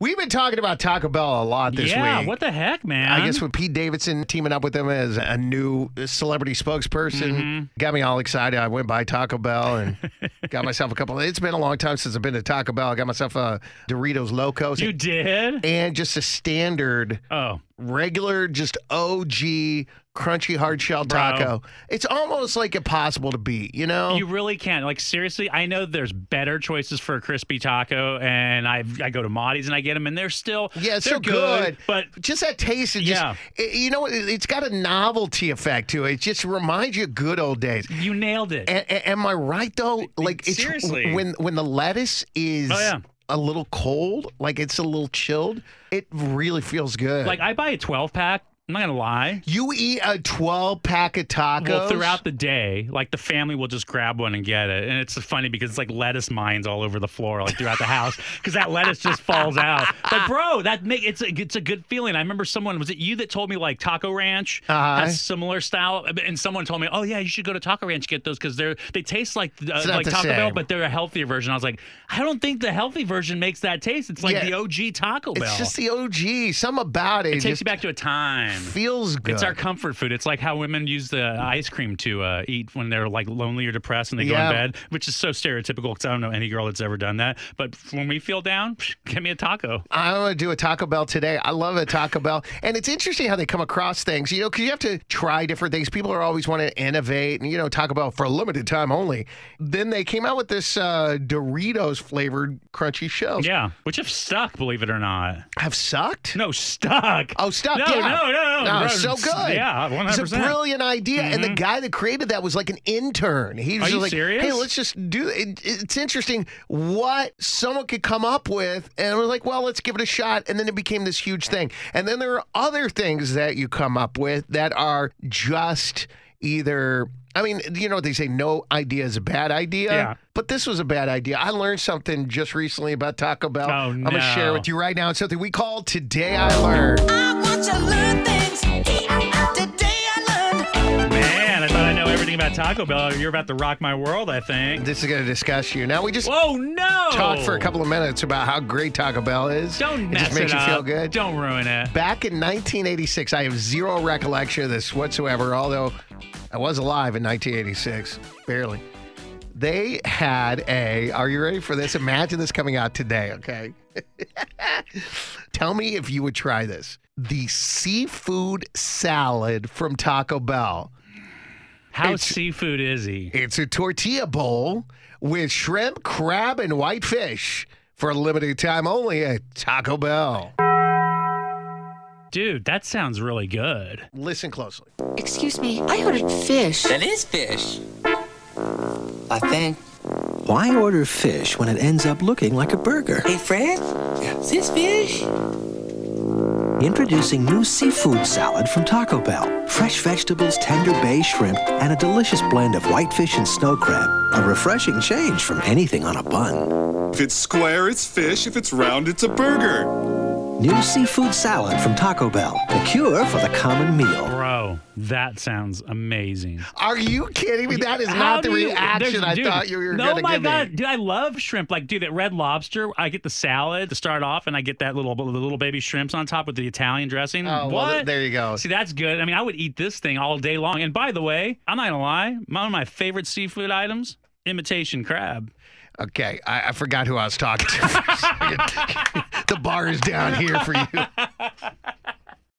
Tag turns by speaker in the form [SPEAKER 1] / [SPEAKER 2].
[SPEAKER 1] We've been talking about Taco Bell a lot this
[SPEAKER 2] yeah,
[SPEAKER 1] week.
[SPEAKER 2] what the heck, man?
[SPEAKER 1] I guess with Pete Davidson teaming up with them as a new celebrity spokesperson,
[SPEAKER 2] Mm-hmm.
[SPEAKER 1] got me all excited. I went by Taco Bell and got myself a couple. It's been a long time since I've been to Taco Bell. I got myself a Doritos Locos
[SPEAKER 2] you did.
[SPEAKER 1] and just a standard,
[SPEAKER 2] Oh,
[SPEAKER 1] regular, just OG crunchy hard shell taco. It's almost like impossible to beat, you know?
[SPEAKER 2] you really can. Like seriously, I know there's better choices for a crispy taco, and I I go to Maddie's and I get them, and they're still
[SPEAKER 1] Yeah, it's
[SPEAKER 2] they're
[SPEAKER 1] so good,
[SPEAKER 2] but
[SPEAKER 1] just that taste. It just,
[SPEAKER 2] Yeah.
[SPEAKER 1] it- you know, it, it's got a novelty effect to it. It just reminds you of good old days.
[SPEAKER 2] you nailed it.
[SPEAKER 1] A- a- am I right though? Like it's
[SPEAKER 2] seriously.
[SPEAKER 1] when when the lettuce is
[SPEAKER 2] Oh, yeah.
[SPEAKER 1] a little cold, like it's a little chilled, it really feels good.
[SPEAKER 2] like I buy a 12 pack. I'm not gonna lie.
[SPEAKER 1] you eat a twelve pack of tacos
[SPEAKER 2] Well, throughout the day, like the family will just grab one and get it, and it's funny because it's like lettuce mines all over the floor, like throughout the house, because that lettuce just falls out. But bro, that make it's a, it's a good feeling. I remember someone was it you that told me like Taco Ranch
[SPEAKER 1] Uh-huh.
[SPEAKER 2] has similar style, and someone told me, oh yeah, you should go to Taco Ranch get those because they're they taste like uh,
[SPEAKER 1] It's not
[SPEAKER 2] like
[SPEAKER 1] the
[SPEAKER 2] Taco Bell,
[SPEAKER 1] same.
[SPEAKER 2] but they're a healthier version. I was like, I don't think the healthy version makes that taste. It's like
[SPEAKER 1] Yeah.
[SPEAKER 2] the OG Taco Bell.
[SPEAKER 1] It's just the OG. Some about it,
[SPEAKER 2] it takes
[SPEAKER 1] just
[SPEAKER 2] you back to a time.
[SPEAKER 1] feels good.
[SPEAKER 2] It's our comfort food. It's like how women use the ice cream to uh, eat when they're like lonely or depressed and they
[SPEAKER 1] Yeah.
[SPEAKER 2] go in bed, which is so stereotypical because I don't know any girl that's ever done that. But when we feel down, psh, give me a taco.
[SPEAKER 1] I'm going to do a Taco Bell today. I love a Taco Bell. And it's interesting how they come across things, you know, because you have to try different things. People are always wanting to innovate and, you know, Taco Bell for a limited time only. Then they came out with this uh, Doritos flavored crunchy shells.
[SPEAKER 2] Yeah, which have stuck, believe it or not.
[SPEAKER 1] Have sucked?
[SPEAKER 2] No, stuck.
[SPEAKER 1] Oh, stuck.
[SPEAKER 2] No,
[SPEAKER 1] yeah.
[SPEAKER 2] no, no, no.
[SPEAKER 1] No,
[SPEAKER 2] Bro,
[SPEAKER 1] so good.
[SPEAKER 2] yeah,
[SPEAKER 1] It's
[SPEAKER 2] 100%. Mm-hmm.
[SPEAKER 1] a brilliant idea. And the guy that created that was like an intern. He was
[SPEAKER 2] Are
[SPEAKER 1] just
[SPEAKER 2] you
[SPEAKER 1] like,
[SPEAKER 2] serious?
[SPEAKER 1] hey, let's just do it. It's interesting what someone could come up with. And we're like, well, let's give it a shot. And then it became this huge thing. And then there are other things that you come up with that are just either. I mean, you know what they say, no idea is a bad idea.
[SPEAKER 2] Yeah.
[SPEAKER 1] But this was a bad idea. I learned something just recently about Taco Bell.
[SPEAKER 2] Oh,
[SPEAKER 1] I'm going to share
[SPEAKER 2] no.
[SPEAKER 1] with you right now. It's something we call Today I Learned.
[SPEAKER 3] I want to learn things. Today I learned.
[SPEAKER 2] Man, I thought I know everything about Taco Bell. You're about to rock my world, I think.
[SPEAKER 1] This is going to discuss you. Now, we just
[SPEAKER 2] Whoa, no.
[SPEAKER 1] talked for a couple of minutes about how great Taco Bell is.
[SPEAKER 2] Don't
[SPEAKER 1] it
[SPEAKER 2] mess
[SPEAKER 1] just makes
[SPEAKER 2] it
[SPEAKER 1] you
[SPEAKER 2] up.
[SPEAKER 1] feel good.
[SPEAKER 2] Don't ruin it.
[SPEAKER 1] Back in 1986, I have zero recollection of this whatsoever, although I was alive in 1986, barely. They had a, are you ready for this? Imagine this coming out today, okay? Tell me if you would try this. The seafood salad from Taco Bell.
[SPEAKER 2] How
[SPEAKER 1] It's-
[SPEAKER 2] seafood is he?
[SPEAKER 1] It's a tortilla bowl with shrimp, crab, and white fish for a limited time only at Taco Bell.
[SPEAKER 2] Dude, that sounds really good.
[SPEAKER 1] Listen closely.
[SPEAKER 4] Excuse me, I ordered fish.
[SPEAKER 5] That is fish. I think.
[SPEAKER 6] Why order fish when it ends up looking like a burger?
[SPEAKER 5] Hey, Fred? Is this fish?
[SPEAKER 6] Introducing new seafood salad from Taco Bell. Fresh vegetables, tender bay shrimp, and a delicious blend of whitefish and snow crab. A refreshing change from anything on a bun.
[SPEAKER 7] If it's square, it's fish. If it's round, it's a burger.
[SPEAKER 6] New seafood salad from Taco Bell. The cure for the common meal.
[SPEAKER 2] Bro, that sounds amazing.
[SPEAKER 1] Are you kidding me? That is
[SPEAKER 2] How
[SPEAKER 1] not the
[SPEAKER 2] do you-
[SPEAKER 1] reaction
[SPEAKER 2] there's-
[SPEAKER 1] I
[SPEAKER 2] dude,
[SPEAKER 1] thought you were
[SPEAKER 2] no,
[SPEAKER 1] going to
[SPEAKER 2] my
[SPEAKER 1] give
[SPEAKER 2] god,
[SPEAKER 1] me.
[SPEAKER 2] dude, I love shrimp. Like, dude, at Red Lobster, I get the salad to start off, and I get that little the little baby shrimps on top with the Italian dressing.
[SPEAKER 1] Oh, well,
[SPEAKER 2] what?
[SPEAKER 1] there you go.
[SPEAKER 2] See, that's good. I mean, I would eat this thing all day long. And by the way, I'm not gonna lie, one of my favorite seafood items. Imitation crab.
[SPEAKER 1] Okay, I, I forgot who I was talking to. the bar is down here for you.